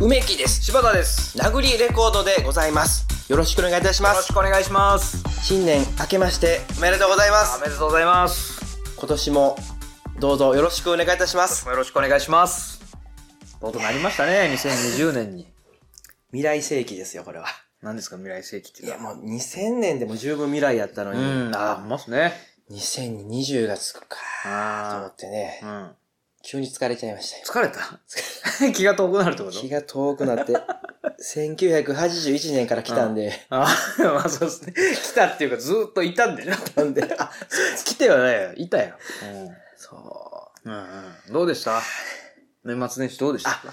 梅木です柴田ですなぐりレコードでございますよろしくお願いいたしまよろすしくお願いします新年明けましておめでとうございまおすめでとうございます今今年もどうぞよろしくお願いいたしま年すもよろしくお願いしますどうとなりましたね2020年に未来世紀ですよこれは何ですか未来世紀っていいうやのはもう2000年でも十分未来やったのに、うんあーほんまっすね2020がつくかと思ってね、うん急に疲れちゃいましたよ疲れた 気が遠くなるってこと気が遠くなって1981年から来たんで、ああ、まあそうですね。来たっていうか、ずーっといたんでね。なんであ来てはないよ。いたよ。 そうん。うんうん。どうでした年末年始どうでしたあう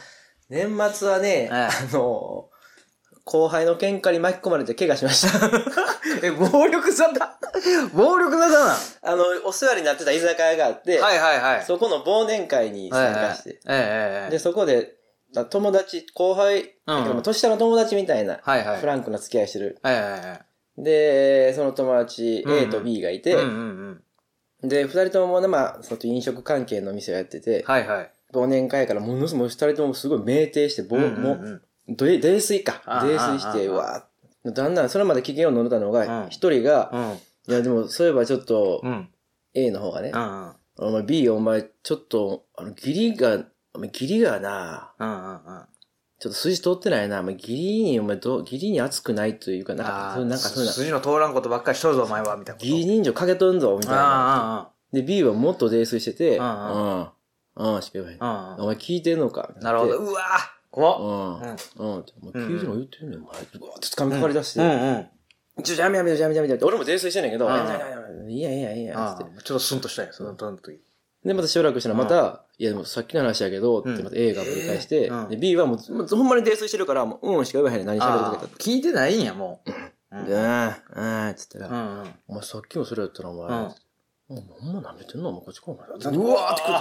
年末はね、はいあの後輩の喧嘩に巻き込まれて怪我しましたえ、暴力沙汰暴力沙汰な あのお世話になってた居酒屋があって、はいはいはい。そこの忘年会にはい参はい加して、えええええでえ。そこであ友達後輩、うんうんだけど年下の友達みたいな、はいはい。フランクな付き合いしてるはいはいはい。でその友達うんうん A と B がいて、うんうんうん。で、二人ともね、まあ、その飲食関係の店をやってて、はいはい。忘年会からものすごい、二人ともすごい酩酊して、ぼううんうんもううんどえ泥酔か。ああ泥酔して、ああわーだんだん、それまで機嫌を乗れたのうがん、一人が、うん。いや、でも、そういえばちょっとう、ん。 A の方がねう、んうん。お前 B、お前、ちょっと、あの、ギリが、お前、ギリがな、うんうんうん。ちょっと筋通ってないな、お前、ギリに、お前、どうギリに熱くないというか、なんか、あそうあ、いうななんんかかそういうな、筋の通らんことばっかりしとるぞ、お前は、みたいなこと。ギリ人情かけとんぞ、みたいな。あで、B はもっと泥酔してて、ううんん、うん、しか言わへんあ、あ。あ、うんお前聞いてんのかうん。なるほど。。うわー怖っ。ううん。ん。うん。お前聞いてんの言ってんのお前。うわって掴みかかり出して。うんうん。ちょ、やめやめやめやめやめやめ。俺も泥酔してんねんけど。うんやめやめやめやめいやいやいやあ。つって。あちょっとスンとしたよ、その時の時。で、またしばらくしたらまた、いやでもさっきの話やけど、っうてんまた A がぶり返してう、んで、B はもう、もうほんまに泥酔してるから、もう、うんしか言わへんねん。何喋るとかあー聞いてないんや、もう。う言っんたら。うん、うん、っつったうら、んうん。お前さっきもそれやったな、お前うん。。お前ほんま舐めてんのお前こっち来いお前。うわーってくる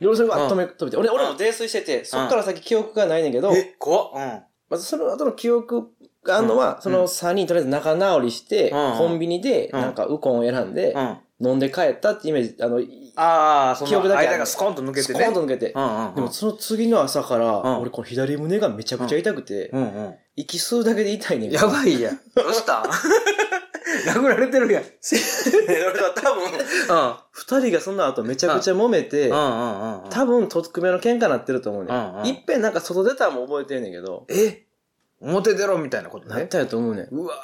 夜それうはん止め、止めて。俺、俺も泥酔してて、そっから先記憶がないねんけど、え、怖っ。まずその後の記憶があるのは、うんその3人とりあえず仲直りして、うんコンビニで、うんなんかウコンを選んでうん。う、ん。飲んで帰ったってイメージ、あの、いああ、そ記憶だのけある間がスコンと抜けスてコね。ーンと抜けて。うんうん。でも、その次の朝から、うん俺この左胸がめちゃくちゃ痛くて、うんうん。息吸うだけで痛いねん。やばいやん。ど うした殴られて るやん。俺は多分、うん。二人がその後めちゃくちゃ揉めてうんう、んうん。多分、とっくめの喧嘩になってると思うねうんうんん。いっぺんなんか外出たのも覚えてんねんけど、え表出ろみたいなことなっね。たやと思うねん。うわ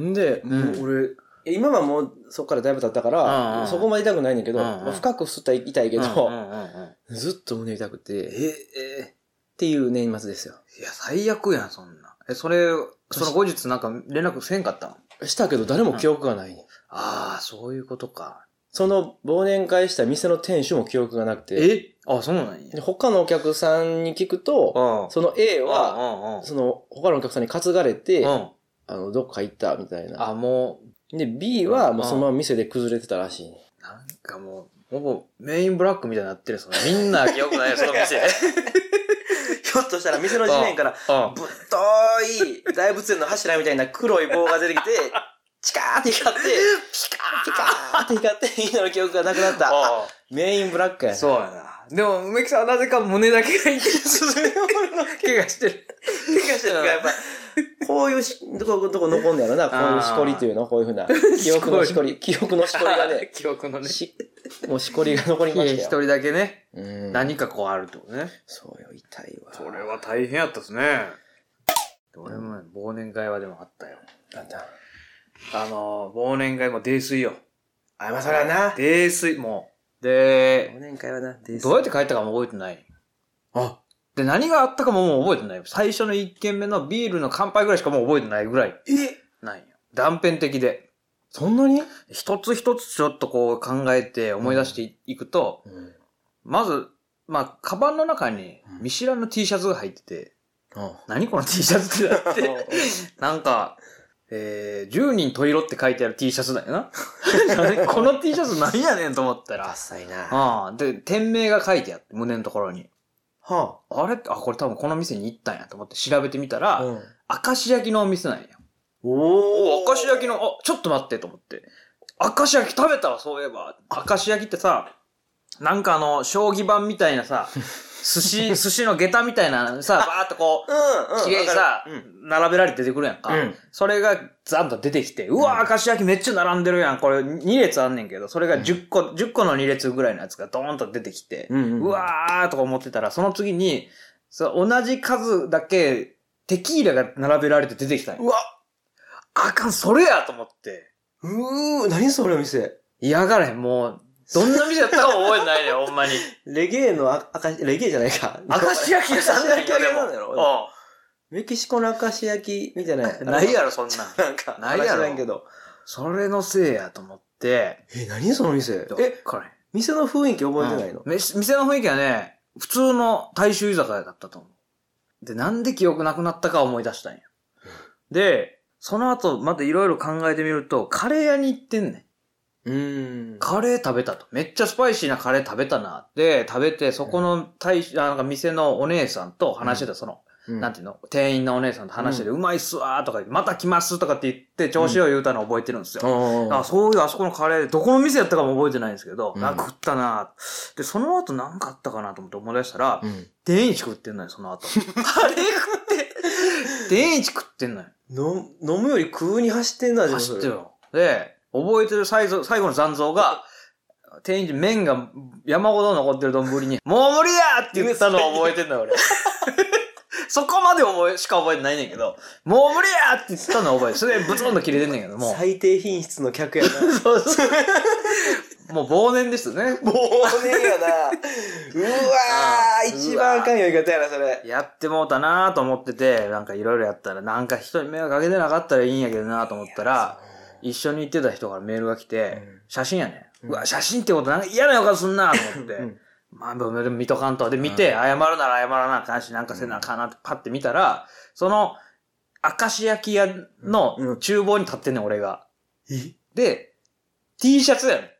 んで、もう俺、いや今はもうそこからだいぶ経ったかうんうら、んそこまで痛くないねんだけど、うんうんまあ深く吸ったら痛いけけど、ずっと胸痛くえ、て、っえ、ていう年末ですよ。いや、最悪やん、そんな。え、それ、その後日なんか連絡せんかったんしたけど誰も記憶がないねん。ああ、そういうことか。その忘年会した店の店主も記憶がなくて、えあ、そうなんやで。他のお客さんに聞くと、うん。その A は、はその他のお客さんに担がれて、うん。あの、どっか行ったみたいな。あ、もで、B はもううんそのまま店で崩れてたらしいねん。う、なんかもう、ほぼメインブラックみたいになってるそのみんな 記憶ないよ、その店。 ひょっとしたら店のらうん。ぶっとい大仏園の柱みたいな黒い棒が出てき て、チカーって光って、ピカーピカーって光って、みんなの記憶がなくなった。あメインブラックやそうやな。でも、梅木さんはなぜか胸だけが痛い。怪我して る。怪我してるからやっぱ、こういうし、どこ、どこ残んねやろな、こういうしこりというの、こういうふうな。記憶のしこり、記憶のしこりが ね、記憶のね。し、もうしこりが残りま一したよ。人だけね、うん何かこうあるってことね。そうよ、痛いわ。それは大変やったっすね。俺もね忘年会はでもあったよ。なんだ。あのー、忘年会も泥酔よ。あ、まあそれはな。泥酔、もう。で忘、年会はな、ですどうやって帰ったかも覚えてない。あ、で、何があったかももう覚えてない。最初の1軒目のビールの乾杯ぐらいしかもう覚えてないぐらい。えなんよ。断片的で。そんなに一つ一つちょっとこう考えて思い出していくと、うん。まず、まあ、カバンの中にうん見知らぬ T シャツが入ってて、あ何この T シャツってな って、なんか、えー、10人十色って書いてある T シャツだ よな。何この T シャツ何やねんと思ったら。浅いな。ああ、で、店名が書いてあって、胸のところに。はあれあ、これ多分この店に行ったんやと思って調べてみたら、うん、明石焼きのお店なんや。おお、明石焼きの、あ、ちょっと待ってと思って。明石焼き食 べたわ、そういえば。明石焼きってさ、なんかあの、将棋盤みたいなさ、寿司、寿司の下駄みたいなさ、バーっとこう、うん、うん。綺麗にさわかる、並べられて出てくるやんかうん。それがザンと出てきて、うわー、明石焼きめっちゃ並んでるやん。これ2列あんねんけど、それが10個、10個の2列ぐらいのやつがドーンと出てきて、うんうんうわーとか思ってたら、その次に、そう同じ数だけテキーラが並べられて出てきたんうん。ようわ、あかん、それやと思って。うー、何それお店。嫌がらへん、もう。どんな店やったかも覚えてないね ん、ほんまに。レゲエのあ、あかし、レゲエじゃないか。明石焼き屋さんだけ明石焼き屋なんだろろ。メキシコの明石焼きみたいな。うん。ないやろ、そんなん。なんか、ないやろ話しんけど。それのせいやと思って。え、何その店どっえ、からへん店の雰囲気覚えてないのうんめし店の雰囲気はね、普通の大衆居酒屋だったと思う。で、なんで記憶なくなったか思い出したんや。で、その後、またいろいろ考えてみると、カレー屋に行ってんねん。うーん。カレー食べたと。めっちゃスパイシーなカレー食べたな。で、食べて、そこの大衆、あなんか店のお姉さんと話してた、その、うなんていうの、店員のお姉さんと話してて、うまいっすわーとか言って、また来ますとかって言って、調子を言うたのを覚えてるんですよ。おーあそういうあそこのカレー、どこの店やったかも覚えてないんですけど、うんあ食ったなで、その後なんかあったかなと思って思い出したら、うん。天一食ってんのよ、その 後。カレー食って。天一食ってんのよ。の、飲むより食うに走ってんな、でも走そっれてる。の。で、覚えてる最後最後の残像が、天一麺が山ほど残ってる丼に、 もう無理やって言ったのを覚えてんの よ、俺。そこまで覚え、しか覚えてないねんけど、もう無理やって言ったのを覚えて、それでブツンと切れてんねんけど、もう。最低品質の客 やな。そうそうもう忘年ですね。忘年やな。 うわあー、一番あかんやり方やな、それ。やってもうたなと思ってて、なんかいろいろやったら、なんか人に迷惑かけてなかったらいいんやけどなと思ったら、一緒に行ってた人からメールが来て、うん写真やね。うんうわ、写真ってことなんか嫌な予感すんなと思って。うんまあ、でも見とかんと。で、見て、う謝るなら謝らなあかんし、なんかせなあかんなってパッて見たら、その、明石焼きう屋んうのん厨房に立ってんねん、俺が。え で、T シャツやねん。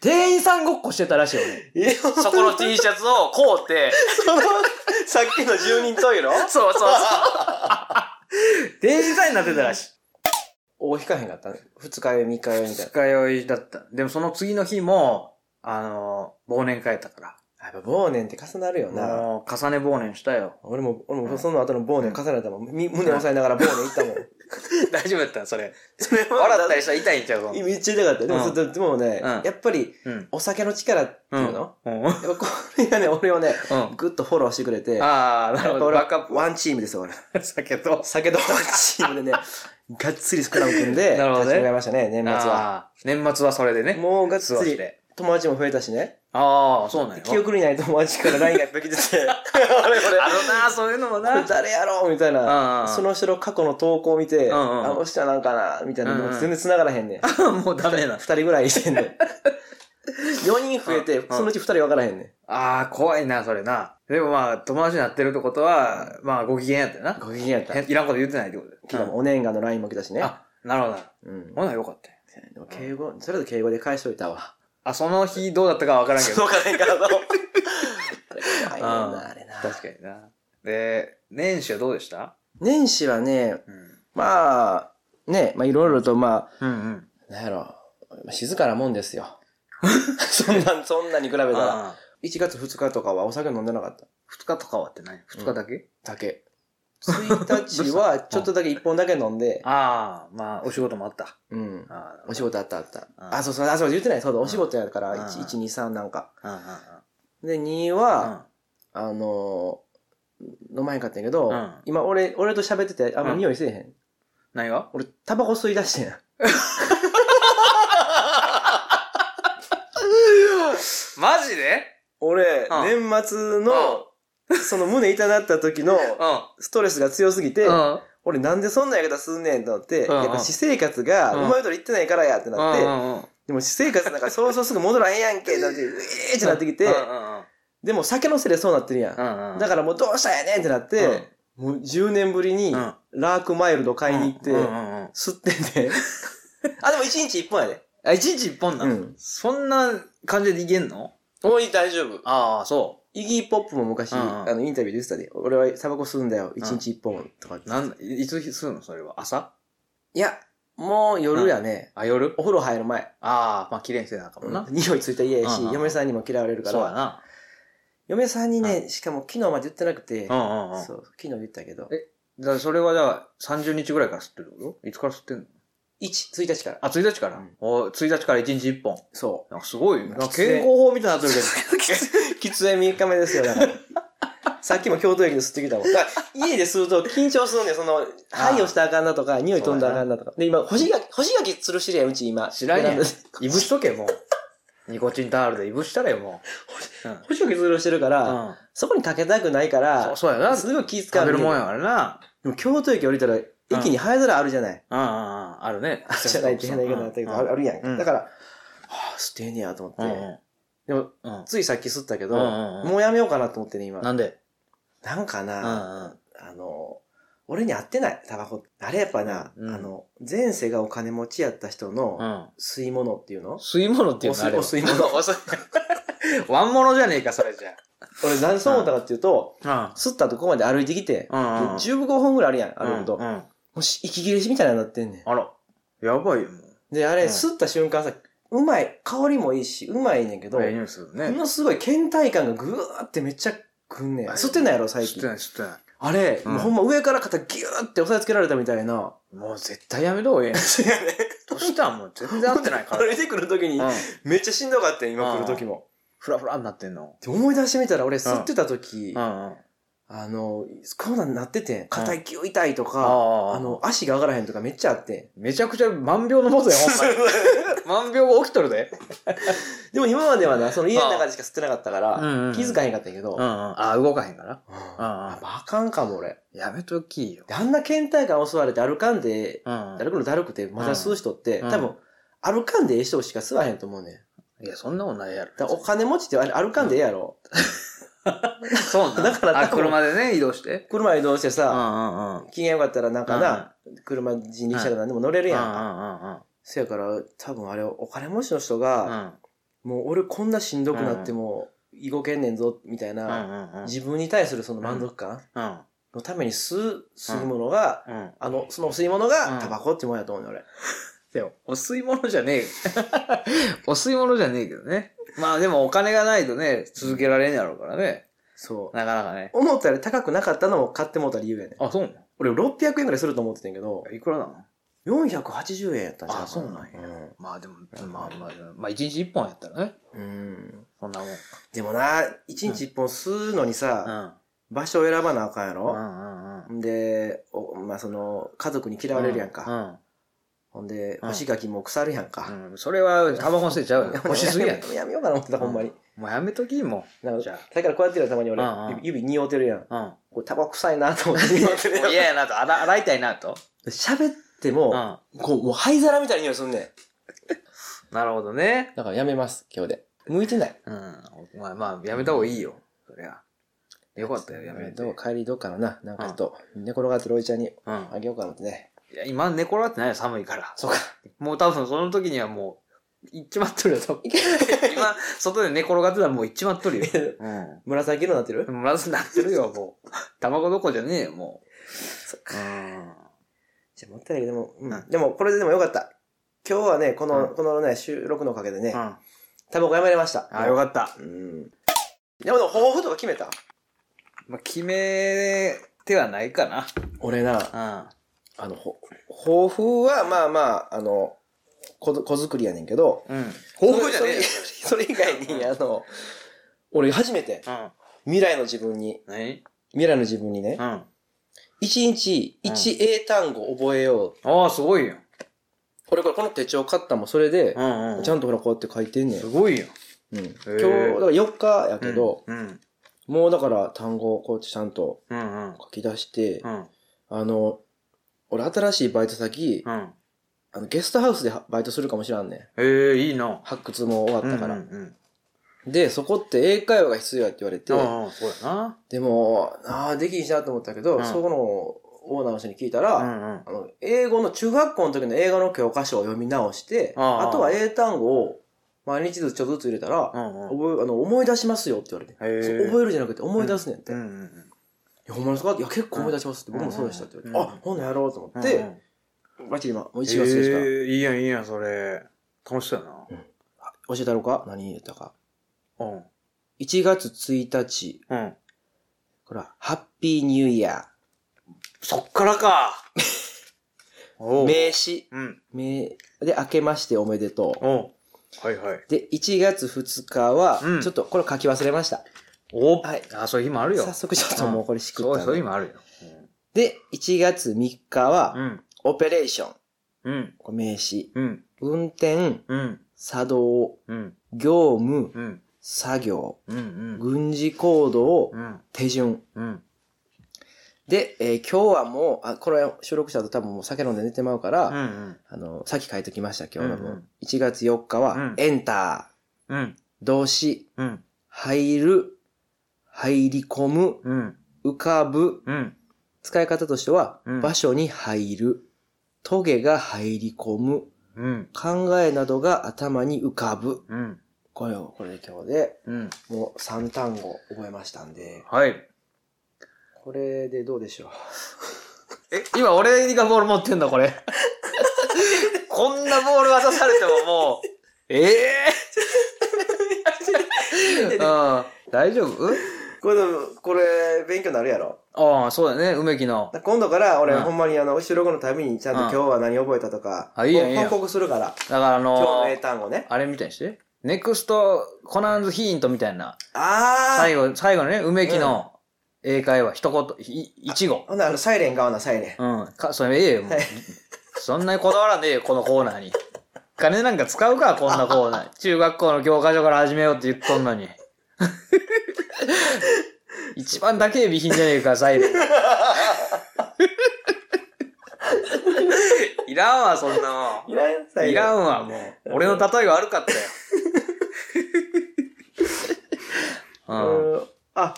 店員さんごっこしてたらしいよね。え、そこの T シャツをこうて、その、さっきの住人トイレそうそうそう。電子祭になってたらしい。大引かへんかった二日酔い、三日酔いみたい二日酔いだった。でもその次の日も、あの、忘年会やったかな。やっぱ忘年って重なるよら。な。。もう、重ね忘年したよ俺も、俺もその後の忘年重ねたもん。み胸押さえながら忘年行ったもん。 大丈夫だった それ。それ 笑ったりしたら痛いんちゃうめっちゃ痛かった。でも、うんでもね、うんやっぱり、うん。お酒の力ってういん。うの、うん。うん。やっぱこれがね、 俺をね、ぐっとフォローしてくれて、ああ、なるほど。俺バはックアップワンチームですよ、俺。 酒と。酒とワンチーム でね、がっつりスクラム組んで、なるほどね立ち上がりましたね、年末は。あー年末はそれでね。もうがっつ過ごしり、て。友達も増えたしね。ああ、そうなんよ。記憶にない友達から LINE がいっぱい来てて、 あれこれ、あるなー、そういうのもこれ な。誰やろうみたいな。あその人の過去の投稿を見て、うんうんあの人はなんかなみたいな。うんでうんも全然繋がらへん ねん。の、 もうダメな。二人ぐらいいてんねん。4人増えてう、んそのうち二人分からへんねああ、怖いな、それな。でもまあ、友達になってるってことは、まあ、ご機嫌やったよん。な。ご機嫌やった。へいらんこと言ってないってこと昨だ日よ。もお年賀の LINE も来たしうんね。あ、なるほどな。うん。ほな、よかったよ。でも敬語、それだと敬語で返しといたわ。あ、その日どうだったかわからんけど。うかねん からの。あれ怖いねんうんな、あれな。確かにな。で、年始はどうでした年始はね、うん。まあ、ね、まあいろいろとまうんうん。あ、なんやろ、静かなもんですよ。 そんな、そんなに比べたら。ああ。 1月2日とかはお酒飲んでなかった。二日とかはってない二日だけだけ。1日 はちょっとだけ1本だけ飲んで、ああ、まあ、お仕事もあった。うん。ああ、お仕事あったあった。うんあ、そうそう、あ、そう、言ってない。そうだ、お仕事やから、うん1、1、2、3なんか。うんうんで、2うは、ん。あのー、飲まへんかったんやけど、うん今俺、俺と喋ってて、あんま匂いせえへん。何が俺、タバコ吸い出 してん。マジで俺、う年末の、その胸痛なった時のうストレスが強すぎて、ん。うん。俺なんでそんなやり方すんねんと思って、うんうんやっぱ私生活がうんうまいこといってないからやってなって、うんうん。でも私生活なんかそろそろすぐ戻らへんやんけってな って、うえーってなってきて、うんうんうん。でも酒のせいでそうなってるやん。うんうん。だからもうどうしたんやねんってなって、もう10年ぶりにうんラークマイルド買いに行って、うんうんうん吸ってん で。あ、でも1日1本やで。あ、一日一本なの、うんそんな感じでいけんのもう大丈夫。ああ、そイギーポップも昔、うんうんあのインタビューで言ってたで、俺はタバコ吸うんだよ、1日1本とかってう。なん、いいつするのそれは。朝いや、もう夜やね。あ、夜お風呂入る前。ああ、まあ、綺麗にせなあかもな。匂いついたら嫌やし、うんうん嫁さんにも嫌われるかそうやら、な。嫁さんにね、しかも昨日まで言ってなくて、うんうんうん。だかそう、昨日言ったけどえ、らそれはじゃあ、30日ぐらいから吸ってるってこといつから吸ってんの1、1日から。あ、1日から、うんお1日から1日1本。そなんかすごい。なんか喫煙健康法みたい になってるけど。う。 きつい3日目ですよ、だ から。さっきも京都駅で吸ってきたもん。だから家で吸うと緊張するねん、その、灰をしたらあかんなとか、匂い飛んだらあかんなとか。で、今、干し柿、干し柿吊るしてるやん、うち今。知らんやんベランダでいぶしとけ、もう。ニコチンタールでいぶしたらよ、も干し柿吊るしてるかう。うら、ん。そこにかけたくないかそらう、そうやな。食すごい気使うべねるもんやからな。でも京都駅降りたら、駅に灰皿あるじゃない。うんうんうん。あ る ね。じゃないって変な言い方だったけど、あるあるやん。うんだから、はぁ、捨てんねやと思うんうって。ん。でも、うんついさっき吸ったけど、うんうんうんもうやめようかなと思ってね、今。なんでなんかうな、んうん。あの、俺に合ってない、タバコ。あれやっぱな、うんあの、前世がお金持ちやった人うのん。吸い物っていうの、吸い物っていうのあれお吸い物お吸い ワンモノじゃねえか、それじゃ俺何そう思ったかっていうと、あ。吸ったとこまで歩いてきて、うんうんうんで15分ぐらいあるやん、歩くと。うんうんもし息切れしみたいになってんねん。あら。やばいよ、もう。で、あれ、うん吸った瞬間さ、うまい、香りもいいし、うまいねんけど、ええもニュースね。のすごい倦怠感がぐーってめっちゃくんねん。はい吸ってないやろ、最知って近。ない、知ってなあれ、うんもうほんま上から肩ギューって押さえつけられたみたいな。 い。もう絶対やめとう ええ。そうやね。どうしたんもう全然合ってないから。歩いてくるときに、うん めっちゃしんどかったよ、今来る時も。フラフラになってんの。で思い出してみたら、俺吸ってた時、うんうん。あの、こんなんなっててん。肩ギュー痛いとあか、あ。あの、足が上がらへんとかめっちゃあってめちゃくちゃ万病のもとや、ほんまに。 万病が起きとるで。ん。でも今まではな、その家の中でしか吸ってなかったから、うんうん気づかへんかったんやけど、うんうん。ああ、動かへんから。うんうんやっぱあかんかも、俺。やめときよ。であんな倦怠感襲われて歩かんで、うん歩くのだるくて、また吸う人って、うん多分、歩かんでええ人しか吸わへんと思うねん。いや、そんなことないやろ。だからお金持ちってあれ歩かんでええやろ。そうなんだからあ、多分車でね、移動して。車移動してうんうさ、んうん。機嫌よかったらなんかな、車、人力車で何でも乗れるやん。うせやから、多分あれ、お金持ちの人んうんうん。うが、んもう俺こんなしんどくなっても、居ごけんねんぞ、みたいうんな、うんうん。自分に対するその満足感うんのために吸う、吸い物が、うん。あの、その吸い物うがんタバコってもんやと思うねん、俺。でも、お吸い物じゃ ねえ。お吸い物じゃねえけどね。まあでもお金がないとね、続けられんやろうからね。そう。なかなかね。思ったより高くなかったのも買ってもうた理由やねん。あ、そうな俺600円ぐらいすると思ってたんやけど、のいくらなの480円やったんちゃかあそうなんやまあでも、まあまあ、まあ一日一本やったらね。うん。うんそんなもん。うん。でもな、1日1本吸うのにさ、場所を選ばなあかんやうんうろ、んうん。ん、で、おまあ、その、家族に嫌われるやんか。ほんで、うん干し柿も腐るやんうか。ん。うん。それは、タバコのせいち ゃうよ。 や欲しすぎやん。めやめようかな思ってた、ほんまに。もうやめとき、もなんかじゃあだからこうやってるよたまに俺、うんうん指指匂うてるやん。う。うん。これタバコ臭いなと思 って匂うてるもや。うん嫌やなと、洗 洗いたいなと。喋ってうん。も、なこう、もう灰皿みたいな匂いすんねん。るほどね。だからやめます、今日で。向いてない。うん。まあまあ、やめた方がいいよ。そりゃ。よかったよ、やめて。どう帰りどうかなな。なんかちょっと、寝転がってるおいちゃんにうん。あげようかなってね。いや、今寝転がってないよ、寒いから。そうか。もう多分その時にはもう、行っち まっとるよ、多分今、外で寝転がってたらもう行っちまっとるよ。 う紫色になってるん。まずなってるよ、もう。卵どこじゃねえよ、もそっう。うん。じゃあもったいないけど、でも、う。うんんでも、これででもよかった。今日はね、この、うんこのね、収録のおかげでねう、ん。タバコやめれました。あ、よかった。た。うん。でも、抱負とか決めたまあ、決めてはないかな。俺な、うん。あの、ほ抱負は、まあまあ、あの、こ子作りやねんけど、うん。それそれ それ以外に、あの、俺初めて、うん。未来の自分に、何未来の自分にねう、ん。一日一英単語覚えよう。ああ、すごいよ。俺これこの手帳買ったのもそれでう、んうん。ちゃんとほらこうやって書いてんねんす。ごいよ。うん、今日、だーから4日やけど、うん。もうだから単語をこうやってちゃんとうんうん。書き出して、うん。あの、俺新しいバイト先、うん。あのゲストハウスでバイトするかもしらんねん。ええ、いいな。発掘も終わったから。うんうんで、そこって英会話が必要やって言われてう、ん。うん、そうやな。でも、ああ、できんしなと思ったけど、うんそこのオーナーの人に聞いたら、うんうん。あの、英語の中学校の時の英語の教科書を読み直して、あああとは英単語を毎日ずつちょっとずつ入れたら、うんうん。覚えあの思い出しますよって言われて。へえそう覚えるじゃなくて思い出すねんって。ういんうんや、ほんまですかいや、結構思い出しますって、僕もそうでしたって言われて。うんあ、ほんならやろうと思うん。って、うんうん、マジで今、もう1え月ですから。ー、いいやんいいやん、それ。楽しそうや教えたろうか何言ったか。な。うん。 1月1日、うん。ほら、ハッピーニューイヤそっから か。おー。う。名詞。うん。名、で、明けましておめでとう。おう。はいはい。で、1月2日は、うんちょっとこれ書き忘れました。おはいあ、そういう日もあるよ。早速ちょっともうこれしくそっうそうたいう日ね。もあるよ。で、1月3日うは、ん。オペレーション。うん。これ名詞。うん。運転、うん。作動、うん。業務、うん。作業、うん。うん。軍事行動う、ん。手順。うん。で、えー今日はもう、あ、これ収録した後多分もう酒飲んで寝てまうから、うん。あの、さっき書いときました、今日の分。うんうん1月4日うはん、エンタうん。ー、動詞、うん。入る、入り込む、うん。浮かぶ、うん。使い方としては、うん場所に入る、トゲが入り込む、うん。考えなどが頭に浮かぶ。うん。これを、これで今日で、うん。もう3単語覚えましたんで、はい。これでどうでしょう。え、今俺がボール持ってんだ、これ。こんなボール渡されてももう、ええー、うん大丈夫これでも、これ、勉強になるやろ。ああ、そうだね、梅木の。今度から俺、うんほんまにあの、収録のたびにちゃんとうん今日は何覚えたとか、あいいやんいいやん報告するから、だからあ今日のの英単語ね。あれみたいにして。ネクストコナンズヒントみたいな。あ最後、最後のね、梅木の英会話、一言、い一語あ。ほんならあの、サイレン買わな、サイレン。うん。か、それええよ、もうはい。そんなにこだわらねえよ、このコーナーに。金なんか使うか、こんなコー ナー。中学校の教科書から始めようって言っとんの に。一番だけ備品じゃねえか、サイレン。 いらんわ、そんなもいらん、サイん。レン。いらんわ、もう。俺の例えが悪かったよ。 うん。うんあ、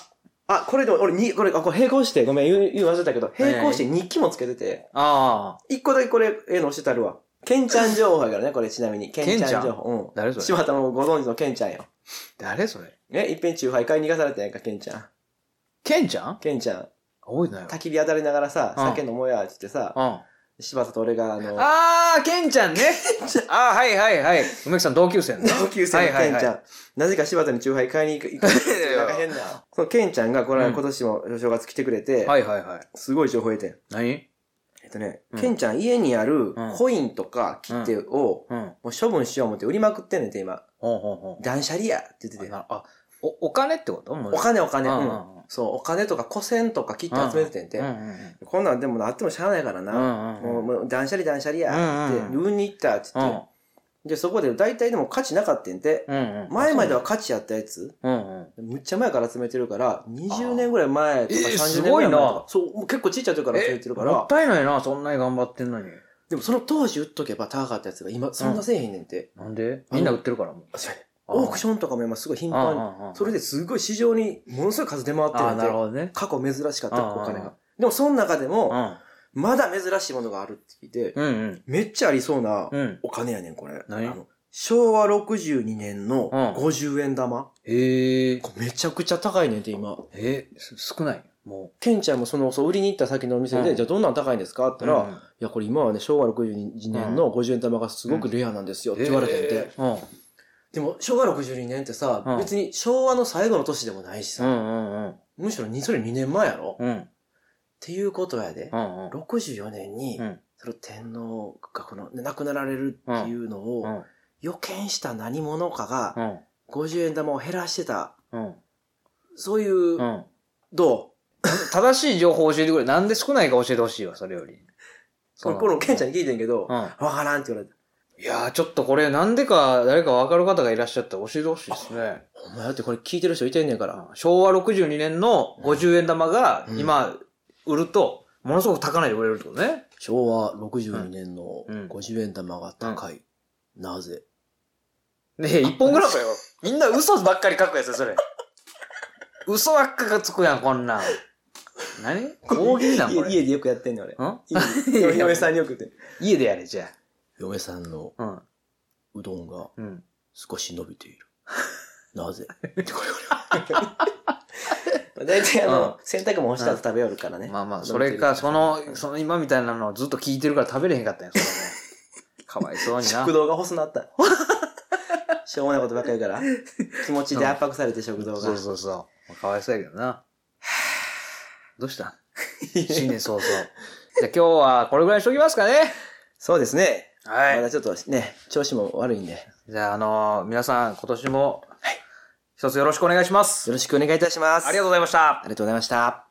あ、これでも俺に、これ、あ、これ並行して、ごめん、言う、言う忘れたけど、並行して日記もつけてて、ああ、一個だけこれ、ええの押してたるわ。ケンちゃん情報やからね、これちなみに。ケンちゃん情報。うん。誰それ柴田もご存知のケンちゃんよ。誰それね、いっぺんチューハイ買いに行かされたやんか、ケンちゃん。ケンちゃんケンちゃん、覚えてないわ。焚き火当たりながらさ、うん酒飲もうや、つってさ、うん。柴田と俺が、あの、あー、ケンちゃんね。 あー、はいはいはい。梅木さん同級生ね。同級生のはケいンはいちはゃん。なぜか柴田にチューハイ買いに行く、行く なんか変な。そのケンちゃんが、これうん今年も正月来てくれて、はいはいはい。すごい情報得てん。何えっとね、うんケンちゃん家にあるうんコインとか切手をうん。もう処分しよう思って売りまくってんねんて今。ほうほうほう。断捨離やって言ってて。あ、あお、お金ってこともうお金お金。うんううんんうんそう、お金とか古銭とか切手集めててんてうん。うんうん。こんなんでもなってもしゃあないからうんうな。んもううん。もう断捨離断捨離やって言って、うん売りに行ったってう言っんて。で、そこで大体でも価値なかったんて。うんうん。前までは価値やったやつあ。そうなんだうんうん。むっちゃ前から集めてるから、20年ぐらい前とかあーえー30年ぐらい前とすごいかな。そう、もう結構ちっちゃい時から集めてるかえもっら。たいないな、そんなに頑張ってんのに。でもその当時売っとけば高かったやつが今、そんなせえへんねんて。なんでみんな売ってるからもう。オークションョンとかも今すごい頻あ繁に。ーあーそれですごい市場にものすごい数出回ってあるー、んなでる、ほどね。過去珍しかったあお金あが。でもその中でうも、ん。まだ珍しいものがあるって聞いて、うんうん。めっちゃありそうなうん。お金やねん、これ。何あの昭和62年のうん50円玉。へえ。これめちゃくちゃ高いねんて、今。え、す少ない。もケンちゃんもその、そう、売りに行った先のお店で、うんじゃあどんなん高いんですかっう。て言ったら、いや、これ今はね、昭和62年の50円玉がすごくレアなんですよって言われてんて。うん。でも、昭和62年ってさう、ん別に昭和の最後の年でもないしうさ、んうんうん。むしろにそれ2年前やろ、っうん。ていうことやでう、んうん。 64年に、うんその天皇がこの亡くなられるっていうのうをん。予見した何者かうがん。 50円玉を減らしてた、うん。そういうう、ん。ど正しい情報を教えてくれ。なんで少ないか教えてほしいわ、それより。うこれ、これ、ケンちゃんん。に聞いてんけど、うん。わからんって言われて。いやー、ちょっとこれ、なんでか、誰かわかる方がいらっしゃったら教えてほしいですね。お前だってこれ聞いてる人いてんねんから。昭和62年の50円玉がう、ん今、売ると、ものすごく高値で売れるってことね。昭和62年のうん50円玉が高い。なぜねえ、一本グラムよ。みんな嘘ばっかり書くやつよ、それ。嘘ばっかがつくやん、こんなん。何大喜利なん、こ家れ。家でよくやってんねん、俺。ん 家で嫁さんによく言って。家でやれ、じゃ嫁さんのあ。うどんがうん。うん。少し伸びている。なぜ 大体あの、洗濯も干した後食べよるからね。まあまあ、それか、その、その今みたいなのをずっと聞い てるから食べれへんかったんや、それはね。かわいそうにな食。堂が細なった。しょうもないことばっかり言うから。気持ちで圧迫されて食堂が。そうそうそう。かわいそうやけど な。どうした新年早々。じゃあ今日はこれぐらいにしときますかね。そうですね。はまだちょっとね、調子も悪いんで、よじゃあ、あのー皆さん今年も、一つよろしくお願いします。ろしくお願いいたします。ありがとうございましあた。りがとうございました。